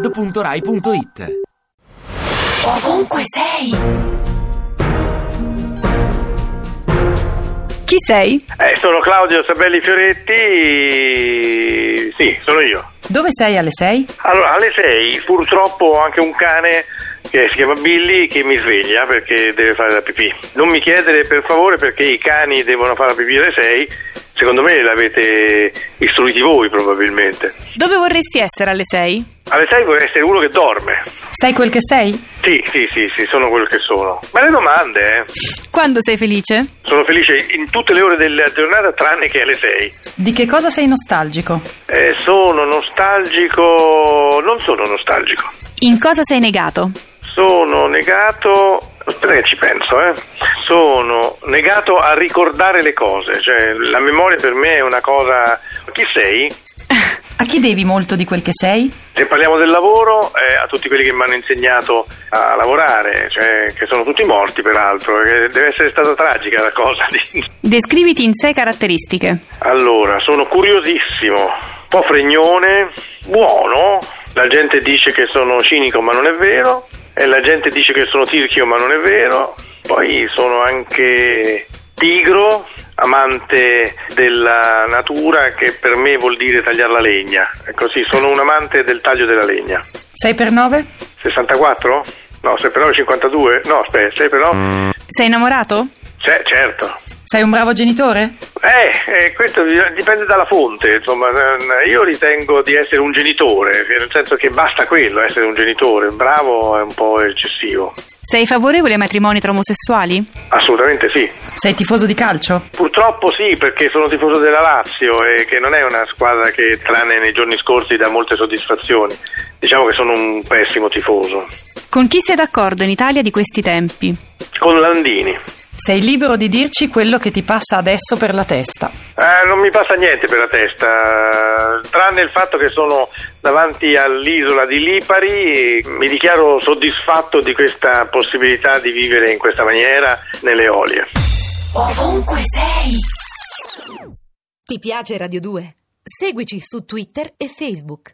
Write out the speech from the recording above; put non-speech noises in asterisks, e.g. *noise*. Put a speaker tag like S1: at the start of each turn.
S1: radio2pod.rai.it
S2: Ovunque sei!
S3: Chi sei?
S4: Eh, sono Claudio Sabelli Fioretti, sì, sono io.
S3: Dove sei alle 6?
S4: Allora, alle 6 purtroppo ho anche un cane che si chiama Billy che mi sveglia perché deve fare la pipì. Non mi chiedere per favore perché i cani devono fare la pipì alle 6, secondo me l'avete istruiti voi probabilmente.
S3: Dove vorresti essere alle 6?
S4: Alle 6 vorrei essere uno che dorme.
S3: Sai quel che sei?
S4: Sì, sì, sì, sì, sono quello che sono. Belle domande, eh.
S3: Quando sei felice?
S4: Sono felice in tutte le ore della giornata tranne che alle 6.
S3: Di che cosa sei nostalgico?
S4: Eh, sono nostalgico, non sono nostalgico.
S3: In cosa sei negato?
S4: Sono negato. Aspetta che ci penso, eh. Sono negato a ricordare le cose, cioè la memoria per me è una cosa. Chi sei?
S3: A chi devi molto di quel che sei?
S4: Se parliamo del lavoro, eh, a tutti quelli che mi hanno insegnato a lavorare, cioè che sono tutti morti peraltro, perché deve essere stata tragica la cosa. *laughs*
S3: Descriviti in sei caratteristiche.
S4: Allora, sono curiosissimo, un po' fregnone, buono, la gente dice che sono cinico ma non è vero, e la gente dice che sono tirchio ma non è vero, poi sono anche tigro, amante della natura che per me vuol dire tagliare la legna, è così, sono un amante del taglio della legna.
S3: 6 per 9?
S4: 64? No, 6 per 9 52? No, aspetta, 6 per 9?
S3: Sei innamorato?
S4: Cioè, certo.
S3: Sei un bravo genitore?
S4: Eh, eh, questo bisogna- dipende dalla fonte, insomma, eh, io ritengo di essere un genitore, nel senso che basta quello, essere un genitore, bravo è un po' eccessivo,
S5: Sei favorevole ai matrimoni tra omosessuali?
S4: assolutamente sì.
S3: Sei tifoso di calcio?
S4: Purtroppo sì, perché sono tifoso della Lazio, e che non è una squadra che tranne nei giorni scorsi dà molte soddisfazioni, diciamo che sono un pessimo tifoso.
S5: Con chi sei d'accordo in Italia di questi tempi?
S4: Con Landini.
S3: Sei libero di dirci quello che ti passa adesso per la testa.
S4: Eh, non mi passa niente per la testa, tranne il fatto che sono davanti all'isola di Lipari e mi dichiaro soddisfatto di questa possibilità di vivere in questa maniera nelle olie.
S2: Ovunque sei!
S6: Ti piace Radio 2? Seguici su Twitter e Facebook.